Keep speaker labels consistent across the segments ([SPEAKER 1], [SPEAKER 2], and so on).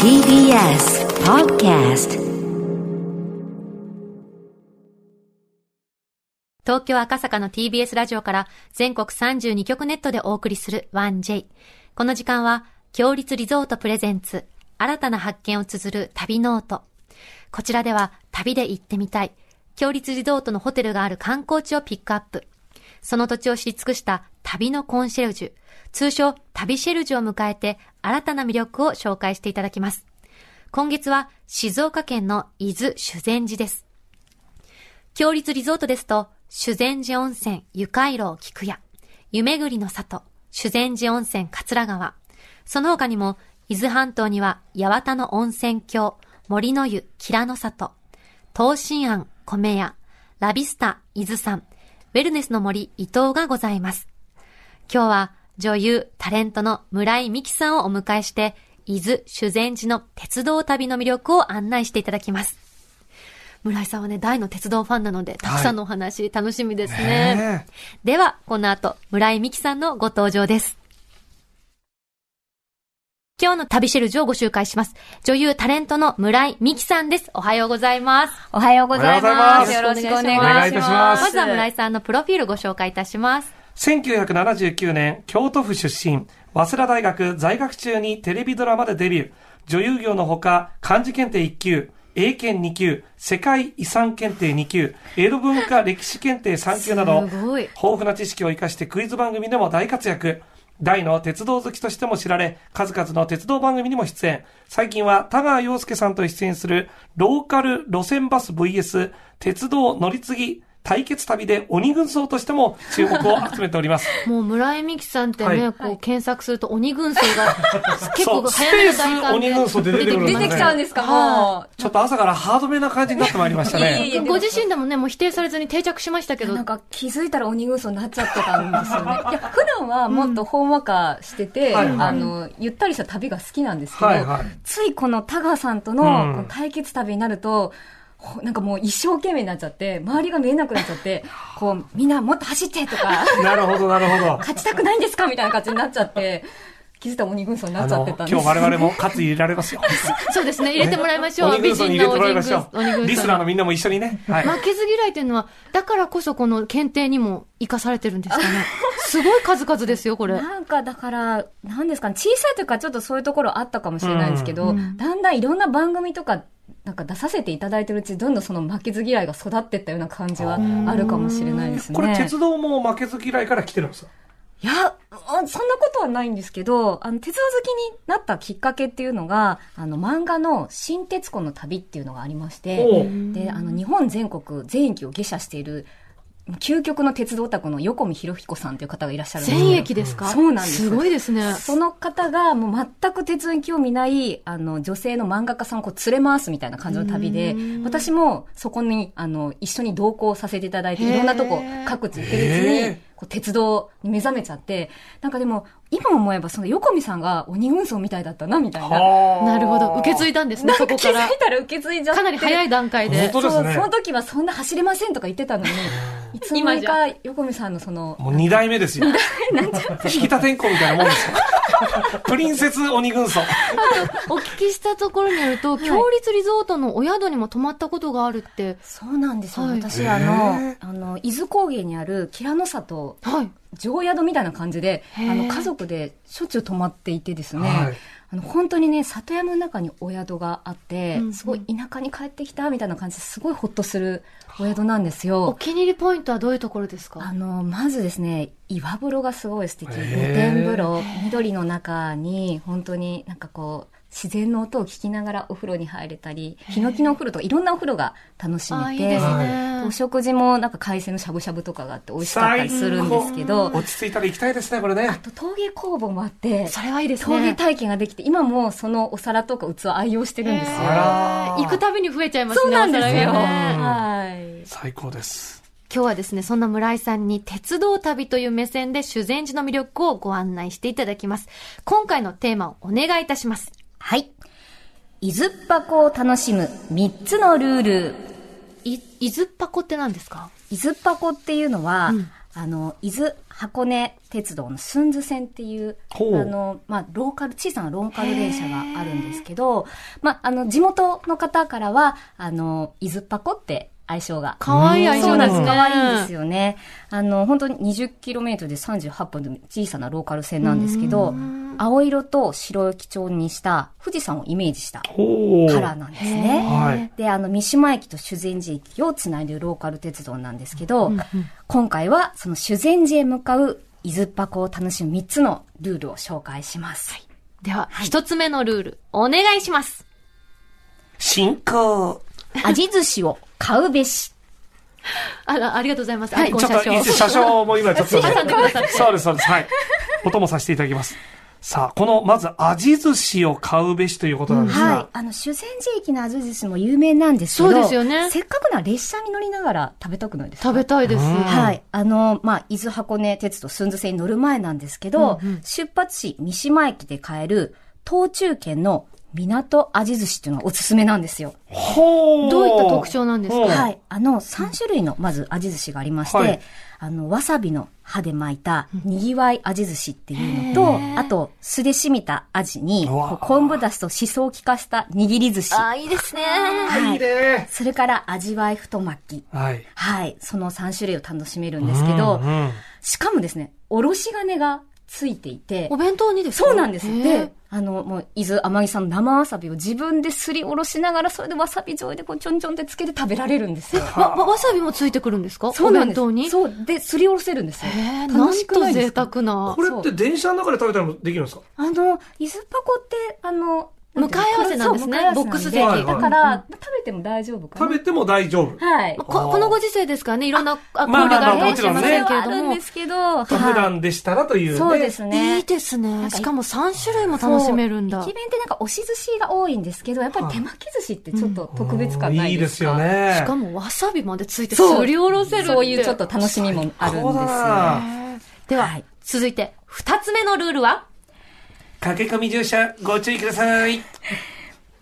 [SPEAKER 1] TBS Podcast
[SPEAKER 2] 東京赤坂の TBS ラジオから全国32局ネットでお送りする 1J。この時間は、強立リゾートプレゼンツ、新たな発見を綴る旅ノート。こちらでは、旅で行ってみたい、強立リゾートのホテルがある観光地をピックアップ。その土地を知り尽くした旅のコンシェルジュ、通称旅シェルジュを迎えて、新たな魅力を紹介していただきます。今月は、静岡県の伊豆修善寺です。強立リゾートですと、修善寺温泉、湯回廊菊屋、湯巡りの里、修善寺温泉桂川。その他にも、伊豆半島には、八幡の温泉郷、森の湯、吉良の里、東新庵、米屋、ラビスタ、伊豆山、ウェルネスの森、伊東がございます。今日は女優、タレントの村井美樹さんをお迎えして、伊豆修善寺の鉄道旅の魅力を案内していただきます。村井さんはね、大の鉄道ファンなので、たくさんのお話、楽しみですね。
[SPEAKER 3] ね
[SPEAKER 2] では、この後、村井美樹さんのご登場です。今日の旅シェルジュをご紹介します。女優、タレントの村井美樹さんです。おはようございます。
[SPEAKER 1] おはようございます
[SPEAKER 3] おは
[SPEAKER 1] よ
[SPEAKER 3] よ
[SPEAKER 1] ろ
[SPEAKER 2] うご
[SPEAKER 1] し
[SPEAKER 2] ざ
[SPEAKER 1] くお
[SPEAKER 2] います
[SPEAKER 1] 願いし
[SPEAKER 3] お願いいたしま
[SPEAKER 1] ますす
[SPEAKER 2] まずは村井さんのプロフィールご紹介いたします。
[SPEAKER 3] 1979年、京都府出身、早稲田大学在学中にテレビドラマでデビュー、女優業のほか、漢字検定1級、英検2級、世界遺産検定2級、江戸文化歴史検定3級など、
[SPEAKER 2] すごい
[SPEAKER 3] 豊富な知識を生かしてクイズ番組でも大活躍。大の鉄道好きとしても知られ、数々の鉄道番組にも出演。最近は田川陽介さんと出演するローカル路線バス VS 鉄道乗り継ぎ対決旅で鬼軍曹としても注目を集めており ます。
[SPEAKER 2] もう村井美樹さんってね、
[SPEAKER 3] はい
[SPEAKER 2] こう検索すると鬼軍曹 が結
[SPEAKER 3] そ
[SPEAKER 2] 構
[SPEAKER 3] う、ス
[SPEAKER 2] 早
[SPEAKER 3] ペ
[SPEAKER 2] めの
[SPEAKER 3] ース
[SPEAKER 2] 段階
[SPEAKER 3] 鬼軍曹で出てくるんです
[SPEAKER 2] 出て
[SPEAKER 3] ね。
[SPEAKER 4] 出てきちゃうんですか、も
[SPEAKER 3] ちょっと朝からハードめな感じになってまいりましたね。
[SPEAKER 4] いえいえ
[SPEAKER 2] ご自身でもね、もう否定されずに定着しましたけ
[SPEAKER 4] う。
[SPEAKER 2] ど
[SPEAKER 4] なん、か気づいたら鬼軍曹になっちゃってたんです よね。いや普段はもっとほんわかしてて、
[SPEAKER 3] はいはい
[SPEAKER 4] あの、ゆったりした旅が好きなんですけど、
[SPEAKER 3] はいはい
[SPEAKER 4] ついこの田川さんとの
[SPEAKER 3] うん
[SPEAKER 4] この対決旅になると、ほなんかもう一生懸命になっちゃって、周りが見えなくなっちゃって、こう、みんなもっと走って とか、
[SPEAKER 3] なるほど、なるほど。
[SPEAKER 4] 勝ちたくないんですかみたいな感じになっちゃって、気づいたら鬼軍曹にな
[SPEAKER 3] あ
[SPEAKER 4] っちゃっ
[SPEAKER 3] の、
[SPEAKER 4] てた
[SPEAKER 3] 今
[SPEAKER 4] ん
[SPEAKER 3] 日
[SPEAKER 4] です
[SPEAKER 3] 我々も喝入れられますよ。
[SPEAKER 2] そうですね、入れてもらいましょう。
[SPEAKER 3] 鬼軍曹に入れてもらいましょ
[SPEAKER 2] 美人の鬼軍
[SPEAKER 3] う。リスナーの
[SPEAKER 2] 鬼軍
[SPEAKER 3] みんなも一緒にね。はい。
[SPEAKER 2] 曹負けず嫌いっていうのは、だからこそこの検定にも生かされてるんですかね。すごい数々ですよ、これ。
[SPEAKER 4] なんかだから、なんですかね、小さい時からちょっとそういうところあったかもしれないんですけど、だんだんいろんな番組とか、なんか出させていただいてるうち、どんどんその負けず嫌いが育ってったような感じはあるかもしれないですね。
[SPEAKER 3] これ鉄道も負けず嫌いから来てるんですよ。
[SPEAKER 4] いや、あそんなことはないんですけど、あの、鉄道好きになったきっかけっていうのが、あの、漫画の新鉄子の旅っていうのがありまして、
[SPEAKER 3] おう
[SPEAKER 4] で、あの、日本全国、全域を下車している、究極の鉄道オタクの横見博彦さんという方がいらっしゃるんですけど
[SPEAKER 2] 千駅ですか
[SPEAKER 4] そうなんです
[SPEAKER 2] すごいですね。
[SPEAKER 4] その方がもう全く鉄道に興味ないあの女性の漫画家さんをこう連れ回すみたいな感じの旅で、私もそこにあの一緒に同行させていただいて、
[SPEAKER 2] へー
[SPEAKER 4] いろんなとこ各地行ってるうち
[SPEAKER 3] へー
[SPEAKER 4] に、こう鉄道に目覚めちゃって、なんかでも今思えばその横見さんが鬼軍曹みたいだったなみたいな。
[SPEAKER 2] なるほど。受け継い
[SPEAKER 3] い
[SPEAKER 2] だんですね、
[SPEAKER 4] なん
[SPEAKER 2] そ
[SPEAKER 4] か
[SPEAKER 2] こ
[SPEAKER 4] 気
[SPEAKER 2] か
[SPEAKER 4] づい
[SPEAKER 2] ら。
[SPEAKER 4] たら受け継いじゃって。
[SPEAKER 2] かなり早い段階で。
[SPEAKER 3] 本当ですね
[SPEAKER 4] そう、その時はそんな走れませんとか言ってたのに、いつの間にか横見さんのその、
[SPEAKER 3] もう二代目ですよ。引田天功みたいなもんですよ。プリンセス鬼軍曹。
[SPEAKER 2] お聞きしたところによると、
[SPEAKER 4] い
[SPEAKER 2] 強立リゾートのお宿にも泊まったことがあるって。
[SPEAKER 4] そうなんですよ。
[SPEAKER 2] はい
[SPEAKER 4] 私あの、あの、伊豆高原にあるキラノ里
[SPEAKER 2] はい。
[SPEAKER 4] 常宿みたいな感じで、あ
[SPEAKER 2] へー
[SPEAKER 4] の家族でしょっちゅう泊まっていてですね、
[SPEAKER 3] はい
[SPEAKER 4] あの本当にね、里山の中にお宿があって、
[SPEAKER 2] うんうん
[SPEAKER 4] すごい田舎に帰ってきたみたいな感じですごいほっとするお宿なんです
[SPEAKER 2] お
[SPEAKER 4] よ。
[SPEAKER 2] 気に入りポイントはどういうところです
[SPEAKER 4] あ
[SPEAKER 2] か
[SPEAKER 4] の、まずですね、岩風呂がすごい素敵。
[SPEAKER 3] へ
[SPEAKER 4] 露
[SPEAKER 3] ー
[SPEAKER 4] 天風呂、緑の中に、本当になんかこう、自然の音を聞きながらお風呂に入れたり、ヒノキのお風呂とかいろんなお風呂が楽し
[SPEAKER 2] あ、
[SPEAKER 4] め
[SPEAKER 2] いい
[SPEAKER 4] て、
[SPEAKER 2] です
[SPEAKER 4] お
[SPEAKER 2] ね。
[SPEAKER 4] 食事もなんか海鮮のしゃぶしゃぶとかがあって美味しかったりするんですけど、
[SPEAKER 3] 落ち着いたら行きたいですね、これね
[SPEAKER 4] あ。と陶芸工房もあって、
[SPEAKER 2] それはいいです
[SPEAKER 4] 陶芸
[SPEAKER 2] ね。
[SPEAKER 4] 体験ができて、今もそのお皿とか器愛用してるんですよ。
[SPEAKER 2] へー
[SPEAKER 3] あら
[SPEAKER 2] 行くたびに増えちゃいますね。
[SPEAKER 4] そうなんですよ。
[SPEAKER 2] お皿がね
[SPEAKER 4] はい。
[SPEAKER 3] 最高です。
[SPEAKER 2] 今日はですね、そんな村井さんに鉄道旅という目線で修善寺の魅力をご案内していただきます。今回のテーマをお願いいたします。
[SPEAKER 4] はい。伊豆っ箱を楽しむ3つのルール。
[SPEAKER 2] い、伊豆っ箱って何ですか
[SPEAKER 4] 伊豆っ箱っていうのは、あの、伊豆箱根鉄道の寸頭線っていう、あ
[SPEAKER 3] ほう
[SPEAKER 4] の、まあ、ローカル、小さなローカル電車があるんですけど、まあ、あの、地元の方からは、あの、伊豆パコって愛称が。
[SPEAKER 2] 可愛い愛
[SPEAKER 4] そう
[SPEAKER 2] 称
[SPEAKER 4] な
[SPEAKER 2] で
[SPEAKER 4] んですす。
[SPEAKER 2] ね。
[SPEAKER 4] 可愛いんですよね。あの、本当に 20km で38分で小さなローカル線なんですけど、青色と白を基調にした富士山をイメージした
[SPEAKER 3] ほう。
[SPEAKER 4] カラーなんですね。
[SPEAKER 3] はい。
[SPEAKER 4] で、あの、三島駅と修善寺駅をつないでるローカル鉄道なんですけど、今回はその修善寺へ向かう伊豆箱を楽しむ3つのルールを紹介します。
[SPEAKER 2] では、一つ目のルール、お願いします。
[SPEAKER 3] 進行。
[SPEAKER 4] 味寿司を買うべし。
[SPEAKER 2] あら、ありがとうございます。
[SPEAKER 3] は、
[SPEAKER 2] はいい、こ
[SPEAKER 3] ちょっ
[SPEAKER 2] の
[SPEAKER 3] と
[SPEAKER 2] 車
[SPEAKER 3] い
[SPEAKER 2] 掌
[SPEAKER 3] いです、車掌も今ちょっと。
[SPEAKER 2] 挟んでください
[SPEAKER 3] そうです、そうです。はい。音もさせていただきます。さあ、この、まず、味寿司を買うべしということなんです
[SPEAKER 4] はい
[SPEAKER 3] が。。
[SPEAKER 4] あの、修善寺駅の味寿司も有名なんですけど、
[SPEAKER 2] そうですよね
[SPEAKER 4] せっかくなら列車に乗りながら食べたくないですか
[SPEAKER 2] 食べたいです。
[SPEAKER 3] うん
[SPEAKER 4] はい。あの、まあ、伊豆箱根鉄道寸頭線に乗る前なんですけど、出発し三島駅で買える東中圏の港味寿司っていうのがおすすめなんですよ。
[SPEAKER 3] ほう。
[SPEAKER 2] どういった特徴なんですか
[SPEAKER 3] ほう
[SPEAKER 4] はい。あの、3種類の、まず、味寿司がありまして、
[SPEAKER 3] はい
[SPEAKER 4] あの、わさびの歯で巻いた、にぎわい味寿司っていうのと、あと、酢で染みた味に、
[SPEAKER 3] うわ
[SPEAKER 4] こう昆布だしとしそを効かした握り寿司。
[SPEAKER 2] あ、いいですね。
[SPEAKER 4] はい
[SPEAKER 3] いいね。
[SPEAKER 4] それから、味わい太巻き。
[SPEAKER 3] はい。
[SPEAKER 4] はい。その3種類を楽しめるんですけど、
[SPEAKER 3] うんうん
[SPEAKER 4] しかもですね、おろし金がついていて
[SPEAKER 2] お、弁当にですか
[SPEAKER 4] そうなんです。
[SPEAKER 2] へ
[SPEAKER 4] で、あの、もう、伊豆天城さんの生わさびを自分ですりおろしながら、それでわさび醤油でこう、ちょんちょんってつけて食べられるんですよ。
[SPEAKER 2] ーわ、わわさびもついてくるんですか
[SPEAKER 4] そうなんです。
[SPEAKER 2] お弁当に。
[SPEAKER 4] そう。で、すりおろせるんですよ。
[SPEAKER 2] えー、な
[SPEAKER 4] 楽
[SPEAKER 2] ん
[SPEAKER 4] しくな
[SPEAKER 2] と
[SPEAKER 4] いで
[SPEAKER 2] 贅
[SPEAKER 4] すか
[SPEAKER 2] 沢な
[SPEAKER 3] こ。れって電車の中で食べたりもできるんですか
[SPEAKER 4] あの、伊豆パコって、あの、
[SPEAKER 2] 向かい合わせなんですね
[SPEAKER 4] そう
[SPEAKER 2] ボックス席
[SPEAKER 4] 向かい合わせな
[SPEAKER 2] は
[SPEAKER 4] んでだか
[SPEAKER 2] いは
[SPEAKER 4] ら、食べても大丈夫か
[SPEAKER 3] 食
[SPEAKER 4] な。
[SPEAKER 3] べても大丈夫。
[SPEAKER 4] はい。
[SPEAKER 2] まあここのご時世ですからね、いろんなあ
[SPEAKER 3] まあ
[SPEAKER 2] 交流
[SPEAKER 3] まあまあ
[SPEAKER 2] があるかもしれません
[SPEAKER 3] も
[SPEAKER 2] け
[SPEAKER 4] は
[SPEAKER 2] れ
[SPEAKER 4] あ
[SPEAKER 2] ど
[SPEAKER 4] るん
[SPEAKER 2] も
[SPEAKER 4] で。すけど、
[SPEAKER 3] 普
[SPEAKER 4] はい
[SPEAKER 3] 段でしたらというね。
[SPEAKER 4] そうですね。
[SPEAKER 2] いいですね。
[SPEAKER 4] か
[SPEAKER 2] しかも3種類も楽しめるんだ
[SPEAKER 4] そう駅。弁ってなんか押し寿司が多いんですけど、やっぱり手巻き寿司ってちょっと特別感ない
[SPEAKER 3] い
[SPEAKER 4] で
[SPEAKER 3] ですす
[SPEAKER 4] か。
[SPEAKER 3] よね。
[SPEAKER 2] しかもわさびまでついてす
[SPEAKER 4] そう
[SPEAKER 2] りおろせるって
[SPEAKER 4] そういうちょっと楽しみもあるんです
[SPEAKER 3] そ
[SPEAKER 4] よ
[SPEAKER 3] う。だな
[SPEAKER 2] では、
[SPEAKER 4] はい
[SPEAKER 2] 続いて2つ目のルールは
[SPEAKER 3] 駆け込み乗車ご注意ください。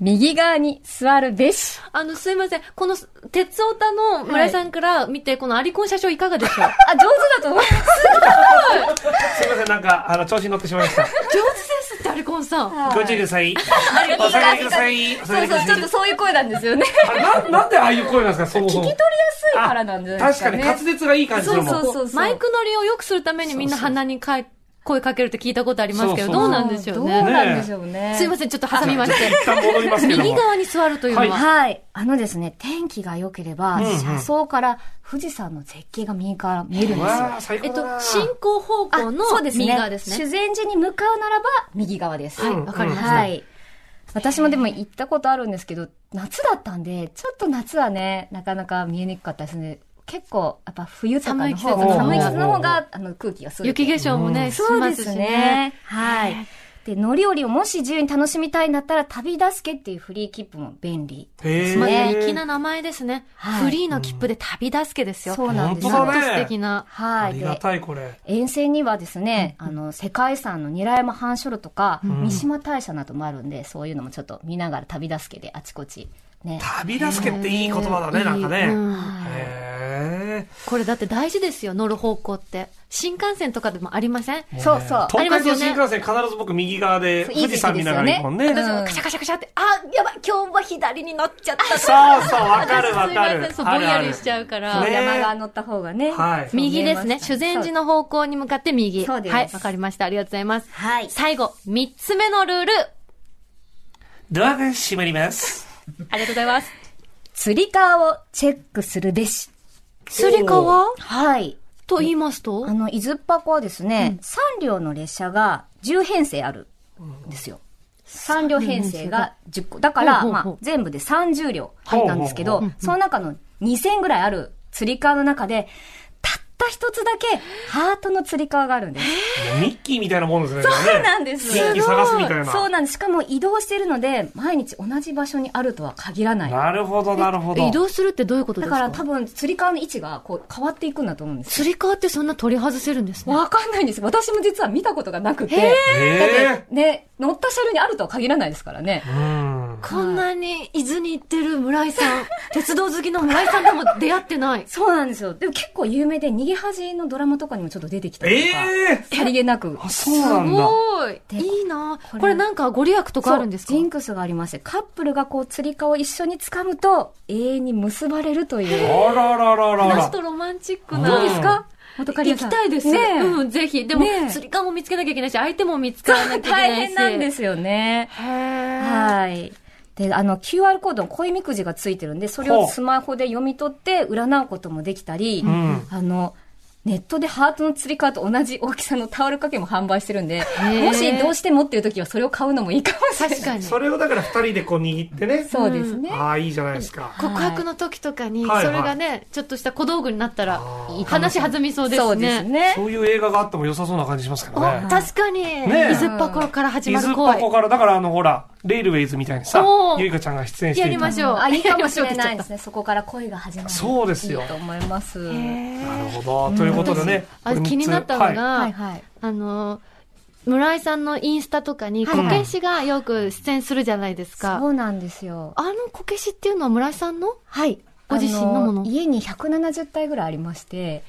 [SPEAKER 4] 右側に座るべし。
[SPEAKER 2] あの、すいません。この、鉄オタの村井さんから見て、このアリコン社長いかがでしょう
[SPEAKER 4] あ、上手だと思います。
[SPEAKER 3] すいません、なんか、あの、調子に乗ってしまいました。
[SPEAKER 2] 上手ですってアリコンさん。
[SPEAKER 3] ご注意ください。お下がりください。お下が
[SPEAKER 4] そう
[SPEAKER 3] りくだ
[SPEAKER 4] そう、ち
[SPEAKER 3] さ
[SPEAKER 4] ょっ
[SPEAKER 3] い
[SPEAKER 4] と。そういう声なんですよね。
[SPEAKER 3] あな、なんでああいう声なんですか、そもそも。
[SPEAKER 4] 聞き取りやすいからなんじゃないですか
[SPEAKER 3] あ
[SPEAKER 4] ね。
[SPEAKER 3] 確かに滑舌がいい感じす
[SPEAKER 4] そ
[SPEAKER 3] る
[SPEAKER 4] う
[SPEAKER 3] もん。
[SPEAKER 4] そうそうそう。
[SPEAKER 2] マイク乗りを良くするためにみんな鼻にかい声かけるって聞いたことありますけど、
[SPEAKER 3] そうそう
[SPEAKER 2] どうなんでしょう
[SPEAKER 4] ど
[SPEAKER 2] ね。
[SPEAKER 4] うなんでしょうね。
[SPEAKER 2] すいません、ちょっと挟みまし
[SPEAKER 3] じゃあ一
[SPEAKER 2] て。
[SPEAKER 3] 旦戻りますけど
[SPEAKER 2] 右
[SPEAKER 3] も。
[SPEAKER 2] 側に座るというのは、
[SPEAKER 4] はい。あのですね、天気が良ければ、
[SPEAKER 3] んうん
[SPEAKER 4] 車窓から富士山の絶景が右から見えるんですよ
[SPEAKER 3] わ。あ、最
[SPEAKER 2] えっ
[SPEAKER 3] 高
[SPEAKER 2] と
[SPEAKER 3] だな。、
[SPEAKER 2] 進行方
[SPEAKER 4] あ
[SPEAKER 2] 向の右側です
[SPEAKER 4] 修
[SPEAKER 2] ね。
[SPEAKER 4] 善寺に向かうならば、右側です。
[SPEAKER 2] はい、
[SPEAKER 3] うん
[SPEAKER 2] わかりました。
[SPEAKER 4] はい。私もでも行ったことあるんですけど、夏だったんで、ちょっと夏はね、なかなか見えにくかったですね。結構、やっぱ冬とかの
[SPEAKER 2] 寒
[SPEAKER 4] 方
[SPEAKER 2] い季節
[SPEAKER 4] が、
[SPEAKER 2] の
[SPEAKER 4] 寒い季節の方が、あの、空気がする。
[SPEAKER 2] 雪化粧もね、し
[SPEAKER 4] そう
[SPEAKER 2] ま
[SPEAKER 4] です
[SPEAKER 2] し
[SPEAKER 4] す
[SPEAKER 2] ね。
[SPEAKER 4] ね。はい。で、乗り降りをもし自由に楽しみたいんだったら、旅出すけっていうフリー切符も便利。
[SPEAKER 3] へ
[SPEAKER 2] まあ、
[SPEAKER 4] ね
[SPEAKER 2] 粋な名前ですね、
[SPEAKER 4] はい
[SPEAKER 2] フリーの切符で旅出すけですよ。
[SPEAKER 4] そうなんです
[SPEAKER 3] 本
[SPEAKER 4] よ。
[SPEAKER 3] 当だね
[SPEAKER 2] 素敵な。
[SPEAKER 4] は
[SPEAKER 3] あ
[SPEAKER 4] い。
[SPEAKER 3] り
[SPEAKER 4] で
[SPEAKER 3] がたい、これ。
[SPEAKER 4] 沿線にはですね、あの、世界遺産の二良山半所路とか、三島大社などもあるんで、そういうのもちょっと見ながら旅出すけであちこち。ね。
[SPEAKER 3] 旅助けっていい言葉だ
[SPEAKER 2] い
[SPEAKER 3] ね、
[SPEAKER 2] い
[SPEAKER 3] なんか
[SPEAKER 2] う
[SPEAKER 3] ね。
[SPEAKER 2] ん
[SPEAKER 4] はい
[SPEAKER 3] へえ。
[SPEAKER 2] これだって大事ですよ、乗る方向って。新幹線とかでもありません
[SPEAKER 4] そうそう。
[SPEAKER 3] 東海道
[SPEAKER 2] ありますよ
[SPEAKER 3] 新
[SPEAKER 2] ね
[SPEAKER 3] 幹線必ず僕右側で
[SPEAKER 4] そう
[SPEAKER 3] 富士山見ながら行くもんね。
[SPEAKER 4] いい席ですよね
[SPEAKER 2] カシャカシャカシャって、あ、やばい、今日は左に乗っちゃった。
[SPEAKER 3] そうそう、わかるわ
[SPEAKER 2] すいま
[SPEAKER 3] か
[SPEAKER 2] せ
[SPEAKER 3] る
[SPEAKER 2] ん、。そう、
[SPEAKER 3] あ
[SPEAKER 2] ぼん
[SPEAKER 3] る
[SPEAKER 2] や
[SPEAKER 3] ある
[SPEAKER 2] りしちゃうから。
[SPEAKER 4] そう
[SPEAKER 3] ね
[SPEAKER 4] 山側乗った方がね。
[SPEAKER 3] はい
[SPEAKER 4] そう
[SPEAKER 2] 右ですね。
[SPEAKER 4] 見えますね
[SPEAKER 2] 修善寺の方向に向かって右。
[SPEAKER 4] そうです
[SPEAKER 2] はい、わかりました。ありがとうございます。
[SPEAKER 4] はい
[SPEAKER 2] 最後、三つ目のルール。
[SPEAKER 3] ドアが閉まります。
[SPEAKER 2] ありがとうございます。
[SPEAKER 4] 釣り革をチェックするべし。
[SPEAKER 2] すり革
[SPEAKER 4] はい。
[SPEAKER 2] と言いますと
[SPEAKER 4] あの、伊豆箱はですね、三両の列車が10編成あるんですよ。三両編成が10個。だから、
[SPEAKER 2] ほうほうほう
[SPEAKER 4] まあ、全部で30両入ったんですけ
[SPEAKER 3] ほう
[SPEAKER 4] ど、その中の2000ぐらいある釣り革の中で、たった一つだけハートの釣り革があるんです。
[SPEAKER 3] ミッキーみたいなもんですね。
[SPEAKER 4] そうなんです
[SPEAKER 3] ミッキー探すみたい
[SPEAKER 4] そう
[SPEAKER 3] な。
[SPEAKER 4] なんです。しかも移動してるので、毎日同じ場所にあるとは限らない。
[SPEAKER 3] なるほど、なるほど。
[SPEAKER 2] 移動するってどういうことで
[SPEAKER 4] だ
[SPEAKER 2] す
[SPEAKER 4] か
[SPEAKER 2] から
[SPEAKER 4] 多分、釣り革の位置がこう変わっていくんだと思うんですよ
[SPEAKER 2] つり革ってそんな取り外せるんですね。
[SPEAKER 4] わかんないんです。私も実は見たことがなくて。
[SPEAKER 3] へー
[SPEAKER 4] だってね、乗った車両にあるとは限らないですからね。
[SPEAKER 3] うん。
[SPEAKER 2] こんなに伊豆に行ってる村井さん、鉄道好きの村井さんとも出会ってない。
[SPEAKER 4] そうなんですよ。でも結構有名で、逃げ恥のドラマとかにもちょっと出てきたり
[SPEAKER 3] え
[SPEAKER 4] とか、
[SPEAKER 3] え
[SPEAKER 4] さりげなく。
[SPEAKER 3] あ、そうなんだ。
[SPEAKER 2] すごい。いいなこ
[SPEAKER 4] こ
[SPEAKER 2] れ
[SPEAKER 4] れ
[SPEAKER 2] なんかご利益とかあるんですか
[SPEAKER 4] そうジンクスがありまして、カップルがこう、釣り革を一緒に掴むと、永遠に結ばれるという。
[SPEAKER 3] あらららら
[SPEAKER 2] ラ
[SPEAKER 3] ら
[SPEAKER 2] ス。トロマンチック
[SPEAKER 3] ど
[SPEAKER 2] な。
[SPEAKER 3] うですか
[SPEAKER 4] 元カリ
[SPEAKER 2] 行
[SPEAKER 4] アさ
[SPEAKER 2] き
[SPEAKER 4] ん
[SPEAKER 2] たいです。
[SPEAKER 4] ねえ
[SPEAKER 2] うん、ぜひ。でも
[SPEAKER 4] ね、え
[SPEAKER 2] 釣り缶も見つけなきゃいけないし、相手も見つからなきゃいけないし。。
[SPEAKER 4] 大変なんですすよね。
[SPEAKER 2] へー。
[SPEAKER 4] はい。で、あの、QR コードの恋みくじがついてるんで、それ
[SPEAKER 3] ほ
[SPEAKER 4] を
[SPEAKER 3] う
[SPEAKER 4] スマホで読み取って占うこともできたり、
[SPEAKER 3] ん
[SPEAKER 4] あの、ネットでハートの釣り革と同じ大きさのタオル掛けも販売してるんで、
[SPEAKER 2] ー
[SPEAKER 4] もしどうしてもっていう時はそれを買うのもいいかもしれな い。
[SPEAKER 2] 確かに。
[SPEAKER 3] それをだから二人でこう握ってね。
[SPEAKER 4] そうですね。
[SPEAKER 3] ああ、いいじゃないですか。
[SPEAKER 2] 告白の時とかに、
[SPEAKER 3] はい
[SPEAKER 2] それがね、ちょっとした小道具になったら
[SPEAKER 3] あ、
[SPEAKER 2] 話弾みそうですね。
[SPEAKER 4] そうですね。
[SPEAKER 3] そういう映画があっても良さそうな感じしますけど
[SPEAKER 2] お
[SPEAKER 3] ね。
[SPEAKER 2] 確かに、
[SPEAKER 3] え
[SPEAKER 2] 伊豆パコから始
[SPEAKER 3] 伊
[SPEAKER 2] まる
[SPEAKER 3] 豆パコ
[SPEAKER 2] 恋。
[SPEAKER 3] から、だからあの、ほら、レイルウェイズみたいにさ
[SPEAKER 2] お、ー
[SPEAKER 3] ゆいかちゃんが出演して
[SPEAKER 2] や
[SPEAKER 3] い
[SPEAKER 2] り
[SPEAKER 3] た
[SPEAKER 2] ましょう。
[SPEAKER 4] あ、いいかもしれないですね。そこから恋が始まる。
[SPEAKER 3] そうですよ
[SPEAKER 4] いいと思います。
[SPEAKER 3] なるほど。ということでね。
[SPEAKER 2] あ
[SPEAKER 3] これ三つ
[SPEAKER 2] 気になったのが、
[SPEAKER 3] はい
[SPEAKER 4] はいはい。
[SPEAKER 2] あの、村井さんのインスタとかに、
[SPEAKER 4] はい
[SPEAKER 2] こけしがよく出演するじゃないですか。
[SPEAKER 4] そうなんですよ。
[SPEAKER 2] あのこけしっていうのは村井さんの
[SPEAKER 4] はい。
[SPEAKER 2] ご自身のもの
[SPEAKER 4] あ家に170体ぐらいありまして、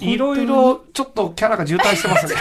[SPEAKER 3] いろいろ、ちょっとキャラが渋滞してますね。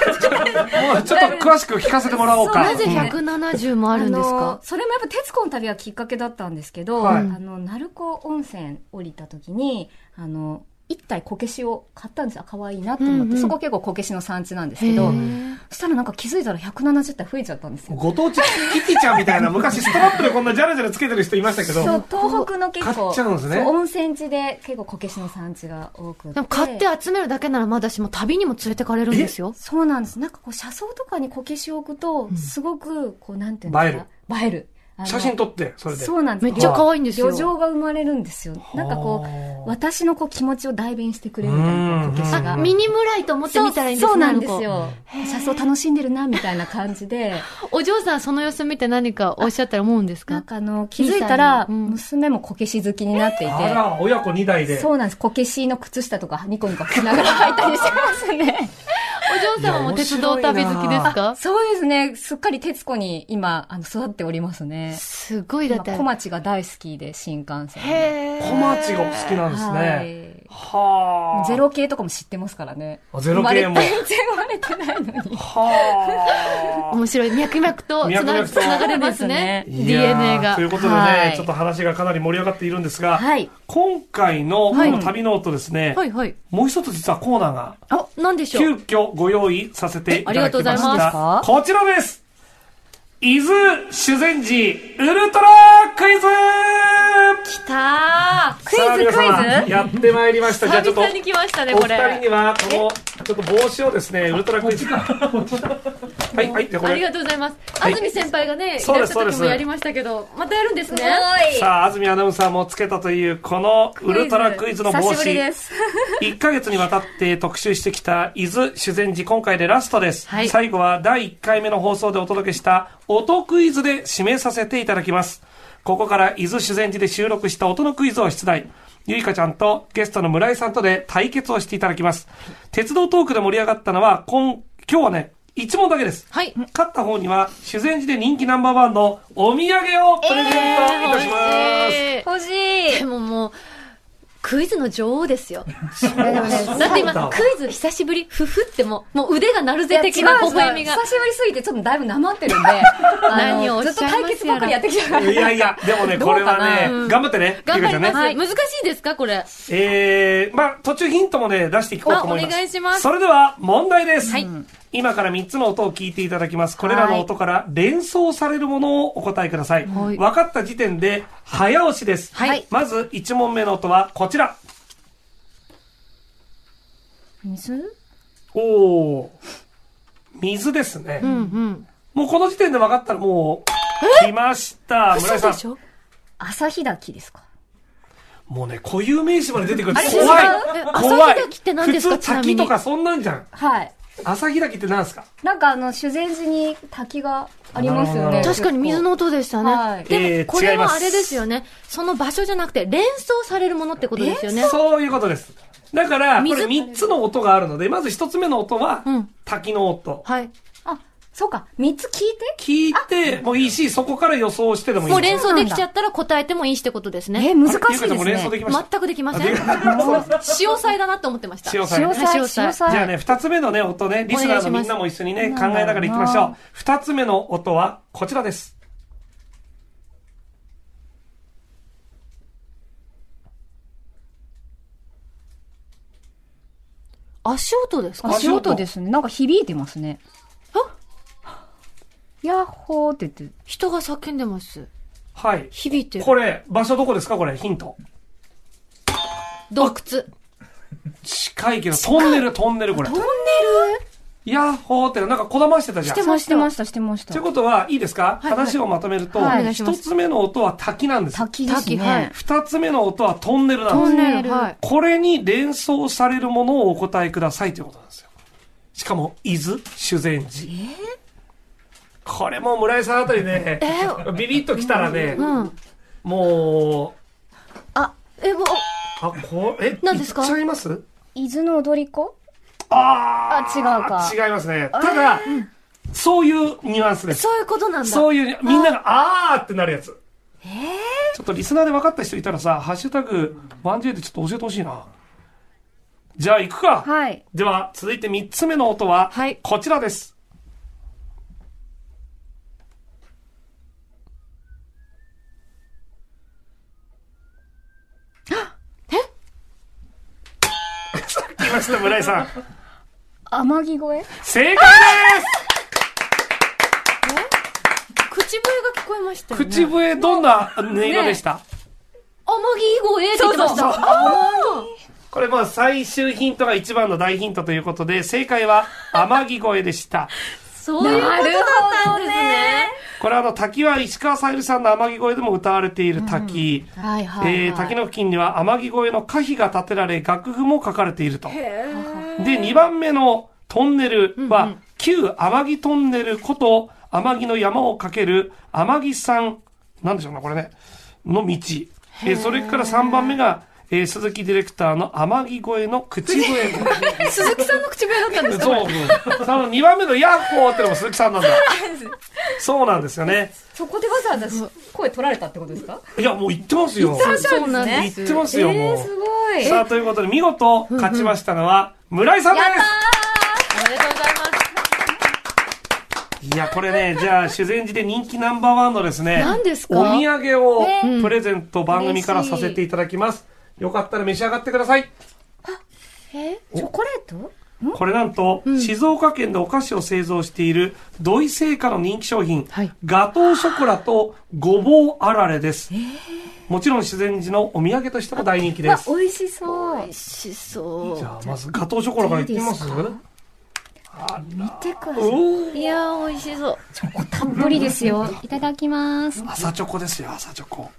[SPEAKER 3] もうちょっと詳しく聞かせてもらおうか。
[SPEAKER 2] なぜ170もあるんです
[SPEAKER 4] の
[SPEAKER 2] か、
[SPEAKER 4] それもやっぱ徹子の旅がきっかけだったんですけど、
[SPEAKER 3] はい
[SPEAKER 4] あの鳴子温泉降りた時にあの一体こけしを買ったんですよあ可愛いなと思って、
[SPEAKER 2] うんうん
[SPEAKER 4] そこ結構こけしの産地なんです
[SPEAKER 2] へ
[SPEAKER 4] けど
[SPEAKER 2] ー
[SPEAKER 4] そしたらなんか気づいたら170体増えちゃったんですよ
[SPEAKER 3] ご当地キティちゃんみたいな、昔ストラップでこんなジャラジャラつけてる人いましたけど。
[SPEAKER 4] そう東北の結構
[SPEAKER 3] 買っちゃうんですね
[SPEAKER 4] そう温泉地で結構こけしの産地が多くて
[SPEAKER 2] でも買って集めるだけならまだしも旅にも連れてかれるんですよ。
[SPEAKER 4] そうなんですなんかこう車窓とかにこけしを置くとすごくこうなんていうんですか映えるあの
[SPEAKER 3] 写真撮って、それで。
[SPEAKER 4] そうなんで
[SPEAKER 2] め
[SPEAKER 4] す
[SPEAKER 2] っちゃ可愛いんですよ。
[SPEAKER 4] 余剰が生まれるんですよ。なんかこ
[SPEAKER 3] はあ
[SPEAKER 4] う、私のこう気持ちを代弁してくれるみたいなこうこけし
[SPEAKER 2] あ、
[SPEAKER 4] が。
[SPEAKER 2] ミニ村井と思ってみたらいいんですね
[SPEAKER 4] そうなんで
[SPEAKER 2] あ
[SPEAKER 4] す
[SPEAKER 2] の
[SPEAKER 4] よ。車窓楽しんでるな、みたいな感じで。
[SPEAKER 2] 子お嬢さんその様子見て何かおっしゃったら思うんです
[SPEAKER 4] なん
[SPEAKER 2] か
[SPEAKER 4] かあの、気づいたら、
[SPEAKER 2] うん
[SPEAKER 4] 娘もこけし好きになってい
[SPEAKER 3] あ
[SPEAKER 4] て。
[SPEAKER 3] ら、親子2代で。
[SPEAKER 4] そうなんです。こけしの靴下とかニコニコしながら履いたりしてますね。
[SPEAKER 2] お嬢さんも鉄道旅好きですか
[SPEAKER 4] そうですね。すっかり徹子に今、あの、育っておりますね。
[SPEAKER 2] すごいだ
[SPEAKER 4] 今
[SPEAKER 2] って。
[SPEAKER 4] 小町が大好きで、新幹線。
[SPEAKER 2] へー
[SPEAKER 3] 小町がお好きなんですね。
[SPEAKER 4] はい
[SPEAKER 3] はあ。
[SPEAKER 4] ゼロ系とかも知ってますからね。
[SPEAKER 3] あゼロ系も
[SPEAKER 4] 生まれ全然生まれてないのに。
[SPEAKER 3] はあ。
[SPEAKER 2] 面白い。脈々とつ
[SPEAKER 3] 脈々
[SPEAKER 2] な
[SPEAKER 3] と
[SPEAKER 2] つながれますね。
[SPEAKER 3] いやー
[SPEAKER 2] DNA が
[SPEAKER 3] とい。うことでね、
[SPEAKER 4] はい
[SPEAKER 3] ちょっと話がかなり盛り上がっているんですが、
[SPEAKER 4] はい。
[SPEAKER 3] 今回のこの旅ノートですね、
[SPEAKER 2] はいはい。
[SPEAKER 3] もう一つ実はコーナーが
[SPEAKER 2] あ、なんでしょ
[SPEAKER 3] 急
[SPEAKER 2] う
[SPEAKER 3] 遽ご用意させていただきま
[SPEAKER 2] ありがとうござい
[SPEAKER 3] し
[SPEAKER 4] ま
[SPEAKER 3] た。
[SPEAKER 4] す
[SPEAKER 3] こちらです伊豆修善寺ウルトラクイズ
[SPEAKER 2] 来たー
[SPEAKER 4] クイ
[SPEAKER 3] さあ皆
[SPEAKER 4] ズ
[SPEAKER 3] 様
[SPEAKER 4] クイズ
[SPEAKER 3] やってまいりました。じゃあち
[SPEAKER 2] 久
[SPEAKER 3] ょっと
[SPEAKER 2] 々に来ましたね、
[SPEAKER 3] お
[SPEAKER 2] こ
[SPEAKER 3] 二人
[SPEAKER 2] れ。
[SPEAKER 3] には、この、ちょっと帽子をですね、ウルトラク イズ。はい、はい、じゃあこ
[SPEAKER 2] あり
[SPEAKER 3] れ。
[SPEAKER 2] がとうございます。
[SPEAKER 3] い
[SPEAKER 2] 安住先輩がね、いらっし
[SPEAKER 3] そ
[SPEAKER 2] ゃ
[SPEAKER 3] うで
[SPEAKER 2] っ
[SPEAKER 3] す
[SPEAKER 2] た
[SPEAKER 3] そうで
[SPEAKER 2] 時
[SPEAKER 3] す
[SPEAKER 2] もやりましたけど、またやるんですね。
[SPEAKER 4] い。
[SPEAKER 3] さあ、安住アナウンサーもつけたという、このウルトラクイズの帽
[SPEAKER 4] 久しぶり
[SPEAKER 3] 子
[SPEAKER 4] で。す。
[SPEAKER 3] 1ヶ月にわたって特集してきた伊豆修善寺、今回でラストです。
[SPEAKER 2] はい
[SPEAKER 3] 最後は第1回目の放送でお届けした音クイズで締めさせていただきます。ここから伊豆修善寺で収録した音のクイズを出題。ゆいかちゃんとゲストの村井さんとで対決をしていただきます。鉄道トークで盛り上がったのは、今、今日はね、1問だけです。
[SPEAKER 2] はい。
[SPEAKER 3] 勝った方には修善寺で人気ナンバーワンのお土産をプレゼントいたします。
[SPEAKER 4] 欲しい。
[SPEAKER 2] でももう、クイズの女王です よ。だって今、クイズ久しぶり、ふふってもう、もう腕が鳴るぜ的な微笑みが
[SPEAKER 4] 久。しぶりすぎて、ちょっとだいぶなまってるんで、
[SPEAKER 2] 何をおっし
[SPEAKER 4] ず
[SPEAKER 2] ゃい
[SPEAKER 4] っ
[SPEAKER 2] ます
[SPEAKER 4] と
[SPEAKER 2] やら
[SPEAKER 4] 対決ばっかりやってきたから。
[SPEAKER 3] いやいや、でもね、
[SPEAKER 4] どうか
[SPEAKER 3] これ
[SPEAKER 4] な
[SPEAKER 3] はね、
[SPEAKER 2] うん
[SPEAKER 3] 頑張ってね。
[SPEAKER 2] 頑張ります。
[SPEAKER 3] ゆうかちゃんね
[SPEAKER 2] 難しいですか、これ。
[SPEAKER 3] えー、まあ、途中ヒントもね、出していこうと思います。
[SPEAKER 2] あお願いします
[SPEAKER 3] それでは、問題です。
[SPEAKER 2] はい
[SPEAKER 3] 今から3つの音を聞いていただきます。これらの音から連想されるものをお答えください。
[SPEAKER 2] はい
[SPEAKER 3] 分かった時点で、早押しです。
[SPEAKER 2] はい
[SPEAKER 3] まず、1問目の音はこちら。
[SPEAKER 4] 水
[SPEAKER 3] おー。水ですね。
[SPEAKER 2] うんうん。
[SPEAKER 3] もうこの時点で分かったらもう、来ました。村井
[SPEAKER 2] 嘘
[SPEAKER 3] さん
[SPEAKER 2] で。しょ
[SPEAKER 4] 朝日炊きですか
[SPEAKER 3] もうね、固有名詞まで出てくる。
[SPEAKER 2] あれ
[SPEAKER 3] 怖い
[SPEAKER 2] 違うえ。
[SPEAKER 3] 怖い。
[SPEAKER 2] 朝日炊きって何ですか
[SPEAKER 3] 普通
[SPEAKER 2] ちなみ
[SPEAKER 3] 滝
[SPEAKER 2] に
[SPEAKER 3] とかそんなんじゃん。
[SPEAKER 4] はい。
[SPEAKER 3] 朝日滝って何すか
[SPEAKER 4] なんかあの、修善寺に滝がありますよね。
[SPEAKER 2] 確かに水の音でしたね。
[SPEAKER 4] はい
[SPEAKER 2] で
[SPEAKER 3] え
[SPEAKER 2] も、
[SPEAKER 3] ー
[SPEAKER 2] こ
[SPEAKER 3] 違
[SPEAKER 2] れ
[SPEAKER 3] いま
[SPEAKER 2] は
[SPEAKER 3] す
[SPEAKER 2] あれですよね。その場所じゃなくて、連想されるものってことですよね。
[SPEAKER 3] そういうことです。だから、これ
[SPEAKER 2] 水
[SPEAKER 3] 3つの音があるので、まず1つ目の音は
[SPEAKER 2] うん、
[SPEAKER 3] 滝の音。
[SPEAKER 2] はい。
[SPEAKER 4] あ、そうか、3つ聞いて
[SPEAKER 3] 聞いてもいいし、そこから予想してでもいい
[SPEAKER 2] も
[SPEAKER 3] ん
[SPEAKER 2] う
[SPEAKER 3] です
[SPEAKER 2] 連想できちゃったら答えてもいいしってことです
[SPEAKER 4] え、
[SPEAKER 2] ね。
[SPEAKER 4] 難し
[SPEAKER 3] あれ
[SPEAKER 4] いで
[SPEAKER 3] ゆうかちゃん
[SPEAKER 4] す
[SPEAKER 3] も連想
[SPEAKER 4] ね。
[SPEAKER 3] できました。
[SPEAKER 2] 全くできません。 潮騒だなって思ってました。
[SPEAKER 3] 塩さん
[SPEAKER 4] 塩
[SPEAKER 3] ね
[SPEAKER 4] 菜、
[SPEAKER 2] 塩
[SPEAKER 4] 塩
[SPEAKER 2] 菜
[SPEAKER 4] 菜。
[SPEAKER 3] じゃあね、二つ目のね、音ね、リスナーのみんなも一緒にね、考えながらいきましょう。二つ目の音はこちらです。
[SPEAKER 2] 足音ですか
[SPEAKER 4] 足音ですね。なんか響いてますね。ヤッホーって言って。
[SPEAKER 2] 人が叫んでます。
[SPEAKER 3] はい。
[SPEAKER 2] 響いてる。
[SPEAKER 3] これ、場所どこですかこれ、ヒント。
[SPEAKER 2] 洞窟。
[SPEAKER 3] 近いけど、トンネル、トンネル、これ。トンネルヤッホーって、なんかこだましてたじゃん。
[SPEAKER 2] してました
[SPEAKER 4] した、してまし
[SPEAKER 3] ということは、いいですか、
[SPEAKER 2] いはい
[SPEAKER 3] 話をまとめると、一、
[SPEAKER 4] はいお
[SPEAKER 2] 願いします
[SPEAKER 3] つ目の音は滝なんです。
[SPEAKER 4] 滝です
[SPEAKER 2] 滝は
[SPEAKER 4] ね
[SPEAKER 2] い。
[SPEAKER 3] 二つ目の音はトンネルなんです。
[SPEAKER 2] ネル。はい。
[SPEAKER 3] これに連想されるものをお答えくださいということなんですよ。しかも、伊豆修善寺。これも村井さんあたりね、ビビッときたらね、
[SPEAKER 2] うん。
[SPEAKER 3] もう、
[SPEAKER 2] あ、え、もう、
[SPEAKER 3] あ、こう、え、
[SPEAKER 2] 何ですか
[SPEAKER 3] いっちゃいます
[SPEAKER 4] 伊豆の踊り子
[SPEAKER 3] あ
[SPEAKER 4] あ違うか
[SPEAKER 3] 違いますね。ただ、そういうニュアンスです。
[SPEAKER 2] そういうことなんだ。
[SPEAKER 3] そういう、みんなが、あーってなるやつ。ちょっとリスナーで分かった人いたらさ、ハッシュタグ、ワンジェイでちょっと教えてほしいな。じゃあ行くか。
[SPEAKER 4] はい。
[SPEAKER 3] では、続いて3つ目の音は
[SPEAKER 2] はい、
[SPEAKER 3] こちらです。 さっき言いました、村井さん。
[SPEAKER 4] 天城越
[SPEAKER 3] 正解です
[SPEAKER 2] 口笛が聞こえましたよね。
[SPEAKER 3] 口笛、どんな音色でした、
[SPEAKER 2] 天城越えって言ってました。
[SPEAKER 3] これもう最終ヒントが一番の大ヒントということで、正解は天城越えでした。
[SPEAKER 2] そういうことだったんですね。
[SPEAKER 3] これあの滝は石川さゆりさんの天城越えでも歌われている滝。
[SPEAKER 4] えはいは
[SPEAKER 3] えー滝の付近には天城越えの歌碑が建てられ、楽譜も書かれていると。で、2番目のトンネルは、旧天城トンネルこと天城の山をかける天城山、なんでしょうね、これね、の道。えーそれから3番目が、えー鈴木ディレクターの天城越えの口笛。
[SPEAKER 2] 鈴木さんの口笛だったんですか
[SPEAKER 3] そうそう。その2番目のヤッホーってのも鈴木さんなんだ。そうなんですよね。
[SPEAKER 4] そこでわざわざ声取られたってことですか
[SPEAKER 3] いや、もう言ってますよ。
[SPEAKER 2] そうなんで
[SPEAKER 3] 言ってますよ、もう。
[SPEAKER 4] ごい
[SPEAKER 3] さあ、ということで、見事、勝ちましたのは、村井さんで
[SPEAKER 2] おめでとうございます。
[SPEAKER 3] すいや、これね、じゃあ、修善寺で人気ナンバーワンのですね、
[SPEAKER 2] 何ですか
[SPEAKER 3] お土産をプレゼント番組からさせていただきます。よかったら召し上がってください。
[SPEAKER 2] え
[SPEAKER 4] チョコレート
[SPEAKER 3] これなんと、静岡県でお菓子を製造している土井製菓の人気商品、
[SPEAKER 2] はい
[SPEAKER 3] ガトーショコラとごぼうあられです。もちろん自然寺のお土産としても大人気です。
[SPEAKER 4] 美味しそう
[SPEAKER 2] 美味しそう
[SPEAKER 3] じ。ゃあまずガトーショコラからいってみます
[SPEAKER 4] いいてく
[SPEAKER 3] おー
[SPEAKER 2] いやー、美味しそう。
[SPEAKER 4] たっぷりですよいただきます
[SPEAKER 3] 朝チョコですよ、朝チョコ。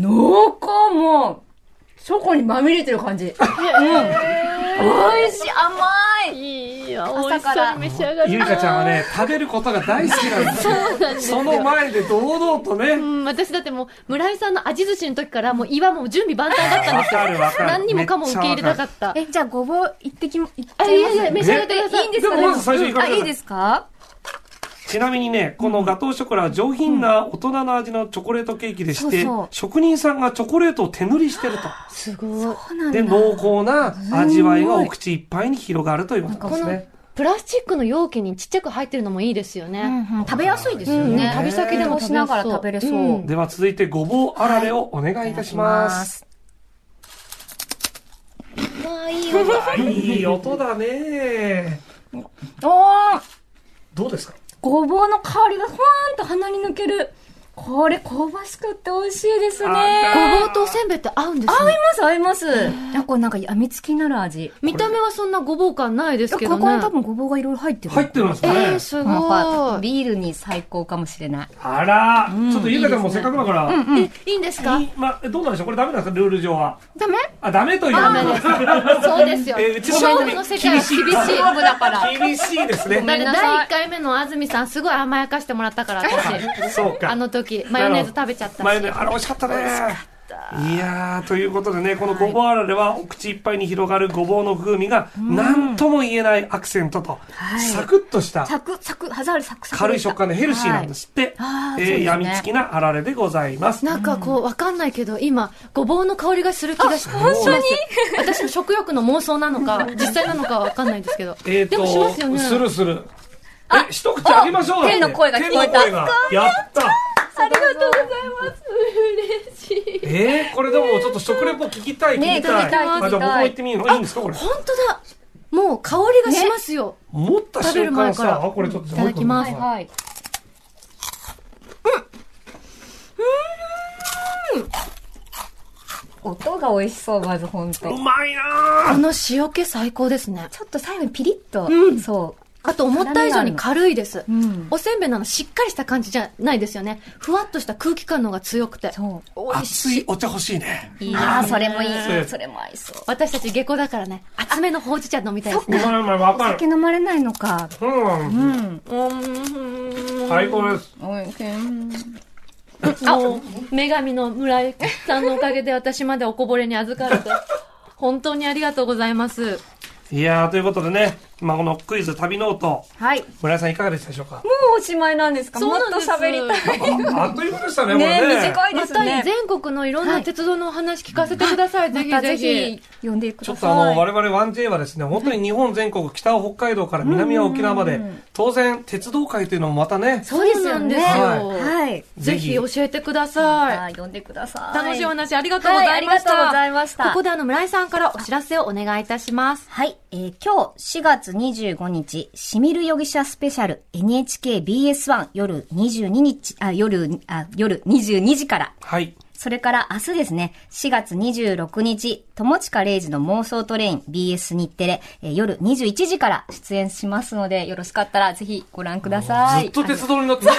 [SPEAKER 4] 濃厚もうチョコにまみれてる感じうん美味しい甘い
[SPEAKER 2] いや、
[SPEAKER 4] 美味しそうに
[SPEAKER 2] 召し上が
[SPEAKER 3] ゆいかちゃんはね、食べることが大好きなんですよ。その前で堂々とね、
[SPEAKER 2] うん、私だってもう、村井さんの味寿司の時から、もう岩もう準備万端だったんですよ。
[SPEAKER 3] わかるわかる
[SPEAKER 2] 何にもかも受け入れたかった。
[SPEAKER 4] えじゃあごぼういってきもいっち
[SPEAKER 2] あ、
[SPEAKER 4] ゃ
[SPEAKER 2] い
[SPEAKER 4] いま
[SPEAKER 2] やいや、
[SPEAKER 4] す
[SPEAKER 2] 召し上がってください。
[SPEAKER 4] いいんですか
[SPEAKER 3] でもまず最初に行かれてください
[SPEAKER 4] あいいですか
[SPEAKER 3] ちなみにね、このガトーショコラは上品な大人の味のチョコレートケーキでして、
[SPEAKER 4] そうそう
[SPEAKER 3] 職人さんがチョコレートを手塗りしてると。
[SPEAKER 2] すごい。
[SPEAKER 4] そうなん
[SPEAKER 3] で、
[SPEAKER 4] だ
[SPEAKER 3] 濃厚な味わいがお口いっぱいに広がるということで
[SPEAKER 2] こ
[SPEAKER 3] す
[SPEAKER 2] の
[SPEAKER 3] ね。
[SPEAKER 2] プラスチックの容器にちっちゃく入ってるのもいいですよ
[SPEAKER 4] う
[SPEAKER 2] ね。
[SPEAKER 4] んうん食べやすいです
[SPEAKER 2] う
[SPEAKER 4] よ
[SPEAKER 2] ん、ね
[SPEAKER 4] ね、
[SPEAKER 2] 旅先でも
[SPEAKER 4] しながら食べれそう、
[SPEAKER 2] ん
[SPEAKER 3] では続いてごぼうあられをお願いいたします。
[SPEAKER 2] まあ、いいよ。
[SPEAKER 3] いい音だね。
[SPEAKER 4] おー
[SPEAKER 3] どうですか
[SPEAKER 4] ごぼうの香りがふわーんと鼻に抜ける。これ香ばしくって美味しいですね。
[SPEAKER 3] あ
[SPEAKER 2] ごぼうとおせんべいって合うんです
[SPEAKER 4] 合い
[SPEAKER 2] ね。
[SPEAKER 4] ます合います。あこれなんかやみつきになる味。
[SPEAKER 2] 見た目はそんなごぼう感ないです
[SPEAKER 4] こ
[SPEAKER 2] けど
[SPEAKER 4] こ
[SPEAKER 2] ね。
[SPEAKER 4] に多分ごぼうがいろいろ入ってる。
[SPEAKER 3] 入ってますかね。
[SPEAKER 2] えー、すご
[SPEAKER 4] なんか
[SPEAKER 2] い。
[SPEAKER 4] ビールに最高かもしれない。
[SPEAKER 3] あら、ちょっとゆうかちゃんもせっかくだから、
[SPEAKER 2] え、いいんですか
[SPEAKER 3] いまあ、どうなんでしょうこれダメなんですかルール上は。
[SPEAKER 4] ダメ
[SPEAKER 3] あ、ダメという
[SPEAKER 2] ダメです。そうですよ。
[SPEAKER 3] えーうちの番
[SPEAKER 2] 勝
[SPEAKER 3] 組
[SPEAKER 2] 負の世界は厳しい。
[SPEAKER 3] 厳しい
[SPEAKER 2] 勝負だから。
[SPEAKER 3] 厳しいです
[SPEAKER 2] だっ
[SPEAKER 3] ね。
[SPEAKER 2] て第1回目の安住さんすごい甘やかしてもらったから私
[SPEAKER 3] そうか。
[SPEAKER 2] あの時マヨネーズ食べちゃった
[SPEAKER 3] マヨ
[SPEAKER 2] し
[SPEAKER 3] ネーズ、あれ美味しかったね。
[SPEAKER 5] した。
[SPEAKER 3] いやー、ということでね、このごぼうあられは、お口いっぱいに広がるごぼうの風味が、なんとも言えないアクセントと、
[SPEAKER 4] はい
[SPEAKER 3] サクッとした
[SPEAKER 4] サクサク、歯触りサクサク
[SPEAKER 3] 軽
[SPEAKER 4] で
[SPEAKER 3] い
[SPEAKER 4] した。
[SPEAKER 3] 食感でヘルシーなんですって、
[SPEAKER 4] はいあー
[SPEAKER 3] え
[SPEAKER 4] そうです
[SPEAKER 3] ー
[SPEAKER 4] ね
[SPEAKER 3] やみつきなあられでございます。
[SPEAKER 5] なんかこう、わかんないけど、今、ごぼうの香りがする気がし
[SPEAKER 3] 本当に
[SPEAKER 5] します私の食欲の妄想なの か、実際なのかはわかんないんですけど。
[SPEAKER 3] えー
[SPEAKER 5] でもしますよね。
[SPEAKER 3] するする。え、一口あげましょうだって
[SPEAKER 4] 天の声が聞こえた
[SPEAKER 3] 天の声がやった
[SPEAKER 4] ありがとうございます。
[SPEAKER 3] えー、これでもちょっと食レポ聞きたい、聞きたい。
[SPEAKER 4] ね聞きたい
[SPEAKER 3] あ、じゃあ僕も行ってみるのいいんですかこれ。
[SPEAKER 5] 本当だもう香りがしますよ。
[SPEAKER 3] 持った
[SPEAKER 5] 食べ
[SPEAKER 3] 瞬
[SPEAKER 5] る前
[SPEAKER 3] 間
[SPEAKER 5] から
[SPEAKER 3] さ、あこれちょっと
[SPEAKER 5] いただきます
[SPEAKER 3] もう一個
[SPEAKER 4] はい。うん。音が美味しそう、まず本当。
[SPEAKER 3] うまいな
[SPEAKER 5] あ
[SPEAKER 3] ー
[SPEAKER 5] の塩気最高ですね。
[SPEAKER 4] ちょっと最後にピリッと、
[SPEAKER 5] うん
[SPEAKER 4] そ
[SPEAKER 5] あと思った以上に軽いです。
[SPEAKER 4] う。うん。
[SPEAKER 5] おせんべいなのしっかりした感じじゃないですよね。ふわっとした空気感の方が強くて。
[SPEAKER 4] そ
[SPEAKER 5] 美味
[SPEAKER 3] 熱
[SPEAKER 5] し
[SPEAKER 3] いお茶欲しいね。
[SPEAKER 5] い。いい
[SPEAKER 4] うん。
[SPEAKER 5] ですね
[SPEAKER 4] ああ、それもい
[SPEAKER 3] そう
[SPEAKER 4] い。
[SPEAKER 3] です
[SPEAKER 4] それも合いそう。
[SPEAKER 5] 私たち下戸だからね、厚めのほうじ茶飲みたいです
[SPEAKER 3] うま
[SPEAKER 5] ね。
[SPEAKER 3] いうまい、わか
[SPEAKER 4] 酒
[SPEAKER 3] る。
[SPEAKER 4] 飲まれないのか。
[SPEAKER 3] うん。
[SPEAKER 4] うん。
[SPEAKER 3] 最高です。
[SPEAKER 4] おいしい。
[SPEAKER 5] あ、女神の村井さんのおかげで私までおこぼれに預かれ て、本当にありがとうございます。
[SPEAKER 3] いやー、ということでね、まあ、このクイズ旅ノート、
[SPEAKER 4] はい。も
[SPEAKER 3] 村井さんいかがでしたでしょうか
[SPEAKER 4] うおしまいなんですか
[SPEAKER 5] そうなん
[SPEAKER 4] も
[SPEAKER 5] です
[SPEAKER 4] っと喋りたい。
[SPEAKER 3] ああっという間でしたね、こ
[SPEAKER 4] ね
[SPEAKER 3] れね。
[SPEAKER 4] 短いで
[SPEAKER 5] ますた
[SPEAKER 4] ね。
[SPEAKER 5] 全国のいろんな鉄道のお話聞かせてください。ぜ
[SPEAKER 4] また
[SPEAKER 5] ひぜひ。
[SPEAKER 4] 呼んでくだ
[SPEAKER 3] ちょ
[SPEAKER 4] さい。
[SPEAKER 3] っとあの、我々 1J はですね、本当に日本全国、北は北海道から南は沖縄まで、当然、鉄道界というのもまたね、
[SPEAKER 4] そうですよね。
[SPEAKER 3] はい
[SPEAKER 4] はい。
[SPEAKER 5] ぜひ教えてください。
[SPEAKER 4] あ呼んでください。
[SPEAKER 5] 楽しいお話ありがとうご
[SPEAKER 4] はい、
[SPEAKER 5] ざ
[SPEAKER 4] あ
[SPEAKER 5] い
[SPEAKER 4] り
[SPEAKER 5] ま
[SPEAKER 4] が
[SPEAKER 5] し
[SPEAKER 4] とうござ
[SPEAKER 5] た。
[SPEAKER 4] いました。
[SPEAKER 5] ここであの村井さんからお知らせをお願いいたします。
[SPEAKER 4] はい、えー今日4月25日、しみる容疑者スペシャル NHKBS1 夜22日、あ、夜、あ、夜22時から、
[SPEAKER 3] はい。
[SPEAKER 4] それから明日ですね、4月26日、友近0時の妄想トレイン BS 日テレ、えー夜21時から出演しますので、よろしかったらぜひご覧ください。
[SPEAKER 3] ずっと鉄道に乗ってた。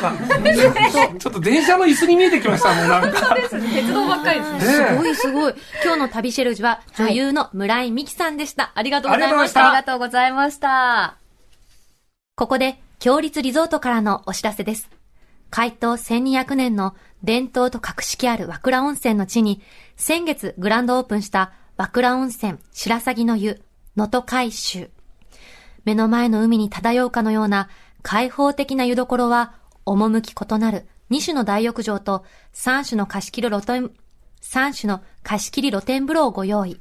[SPEAKER 3] ちょっと電車の椅子に見えてきましたもん、なんか。
[SPEAKER 4] 鉄道ばっかりですね。
[SPEAKER 5] す
[SPEAKER 3] ね
[SPEAKER 5] ごいすごい。今日の旅シェルジュは女優の村井美樹さんでした。ありがとうございました。
[SPEAKER 4] ありがとうございました。
[SPEAKER 2] ここで、強立リゾートからのお知らせです。開湯1200年の伝統と格式ある和倉温泉の地に、先月グランドオープンした和倉温泉白鷺の湯、能登海舟。目の前の海に漂うかのような開放的な湯どころは、趣異なる2種の大浴場と3種の貸し切り露天、3種の貸し切り露天風呂をご用意。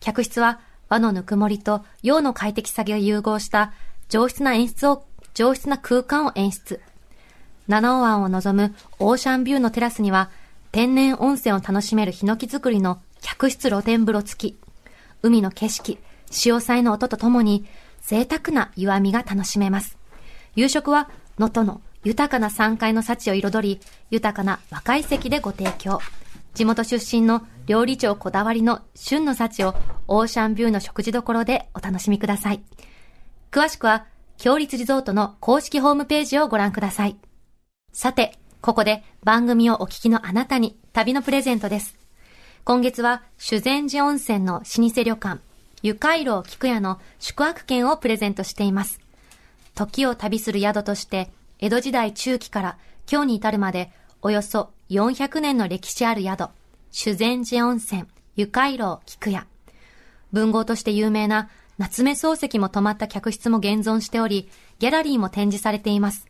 [SPEAKER 2] 客室は和のぬくもりと洋の快適さが融合した上質な演出を、上質な空間を演出。七尾湾を望むオーシャンビューのテラスには、天然温泉を楽しめるヒノキ作りの客室露天風呂付き。海の景色、潮騒の音とともに、贅沢な湯あみが楽しめます。夕食は、能登の豊かな山海の幸を彩り、豊かな若い席でご提供。地元出身の料理長こだわりの旬の幸をオーシャンビューの食事どころでお楽しみください。詳しくは、強立リゾートの公式ホームページをご覧ください。さて、ここで番組をお聞きのあなたに旅のプレゼントです。今月は修善寺温泉の老舗旅館、ゆかいろう菊屋の宿泊券をプレゼントしています。時を旅する宿として、江戸時代中期から今日に至るまで、およそ400年の歴史ある宿、修善寺温泉、ゆかいろう菊屋。文豪として有名な夏目漱石も泊まった客室も現存しており、ギャラリーも展示されています。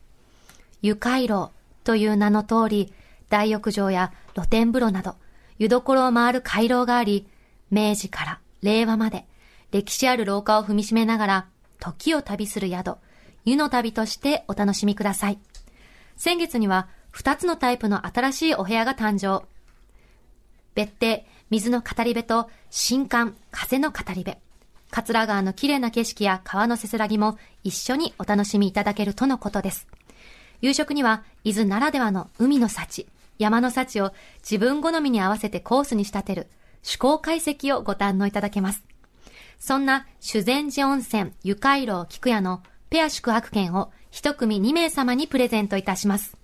[SPEAKER 2] 湯回廊という名の通り、大浴場や露天風呂など、湯どころを回る回廊があり、明治から令和まで、歴史ある廊下を踏みしめながら、時を旅する宿、湯の旅としてお楽しみください。先月には、2つのタイプの新しいお部屋が誕生。別邸、水の語り部と、新館、風の語り部。桂川の綺麗な景色や川のせせらぎも一緒にお楽しみいただけるとのことです。夕食には伊豆ならではの海の幸、山の幸を自分好みに合わせてコースに仕立てる趣向解析をご堪能いただけます。そんな修善寺温泉湯海楼菊屋のペア宿泊券を一組2名様にプレゼントいたします。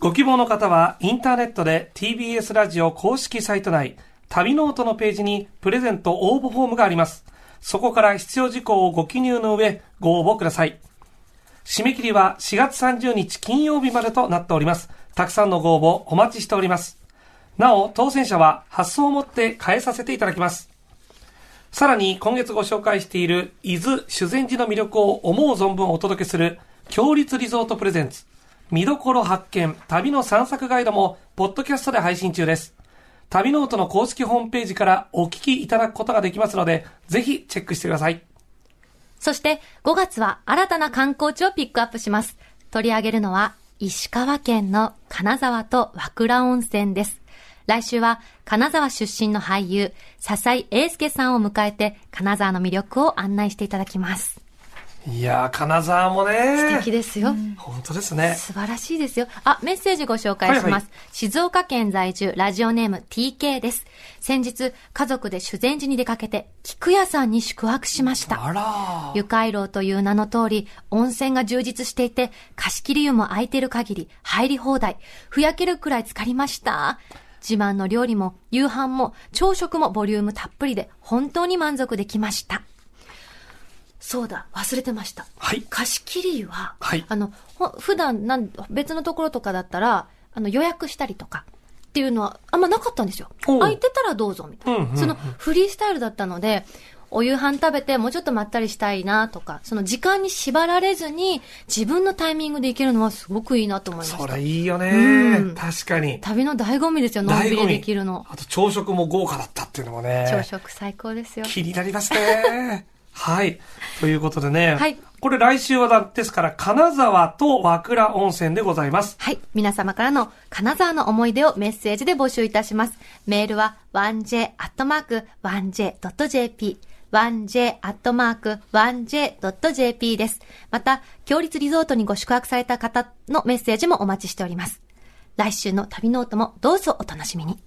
[SPEAKER 3] ご希望の方は、インターネットで TBS ラジオ公式サイト内、旅ノートのページにプレゼント応募フォームがあります。そこから必要事項をご記入の上、ご応募ください。締め切りは4月30日金曜日までとなっております。たくさんのご応募お待ちしております。なお、当選者は発送をもって変えさせていただきます。さらに、今月ご紹介している伊豆修善寺の魅力を思う存分お届けする、強立リゾートプレゼンツ、見どころ発見、旅の散策ガイドも、ポッドキャストで配信中です。旅ノートの公式ホームページからお聞きいただくことができますので、ぜひチェックしてください。
[SPEAKER 2] そして5月は新たな観光地をピックアップします。取り上げるのは石川県の金沢と和倉温泉です。来週は金沢出身の俳優、笹井英介さんを迎えて金沢の魅力を案内していただきます。
[SPEAKER 3] いやー、金沢も
[SPEAKER 5] 素
[SPEAKER 3] ね
[SPEAKER 5] 敵、ですよ。
[SPEAKER 3] 本当ですね。
[SPEAKER 2] 素晴らしいですよ。あ、メッセージご紹介します。
[SPEAKER 3] はいはい
[SPEAKER 2] 静岡県在住、ラジオネーム TK です。先日、家族で修善寺に出かけて、菊屋さんに宿泊しました。
[SPEAKER 3] あら
[SPEAKER 2] 湯海楼という名の通り、温泉が充実していて、貸し切り湯も空いてる限り、入り放題、ふやけるくらい浸かりました。自慢の料理も、夕飯も、朝食もボリュームたっぷりで、本当に満足できました。そうだ、忘れてました。
[SPEAKER 3] はい
[SPEAKER 2] 貸し切り湯は、
[SPEAKER 3] はい
[SPEAKER 2] あの、ほ普段なん、別のところとかだったら、あの、予約したりとか、っていうのはあんまなかったんですよ。
[SPEAKER 3] おう
[SPEAKER 2] 空いてたらどうぞ、みたいな。
[SPEAKER 3] うんうんうん
[SPEAKER 2] その、フリースタイルだったので、お夕飯食べてもうちょっとまったりしたいなとか、その時間に縛られずに自分のタイミングで行けるのはすごくいいなと思いまし
[SPEAKER 3] そ
[SPEAKER 2] た。
[SPEAKER 3] れいいよ
[SPEAKER 2] う
[SPEAKER 3] ね
[SPEAKER 2] ん。
[SPEAKER 3] 確かに。
[SPEAKER 2] 旅の醍醐味ですよ、のんびりできるの。
[SPEAKER 3] あと朝食も豪華だったっていうのもね。
[SPEAKER 2] 朝食最高ですよ。
[SPEAKER 3] 気になります ね。はい。ということでね。
[SPEAKER 2] はい
[SPEAKER 3] これ来週はだ、ですから、金沢と和倉温泉でございます。
[SPEAKER 2] はい。皆様からの金沢の思い出をメッセージで募集いたします。メールは 1j.1j.jp。1j.1j.jp です。また、強立リゾートにご宿泊された方のメッセージもお待ちしております。来週の旅ノートもどうぞお楽しみに。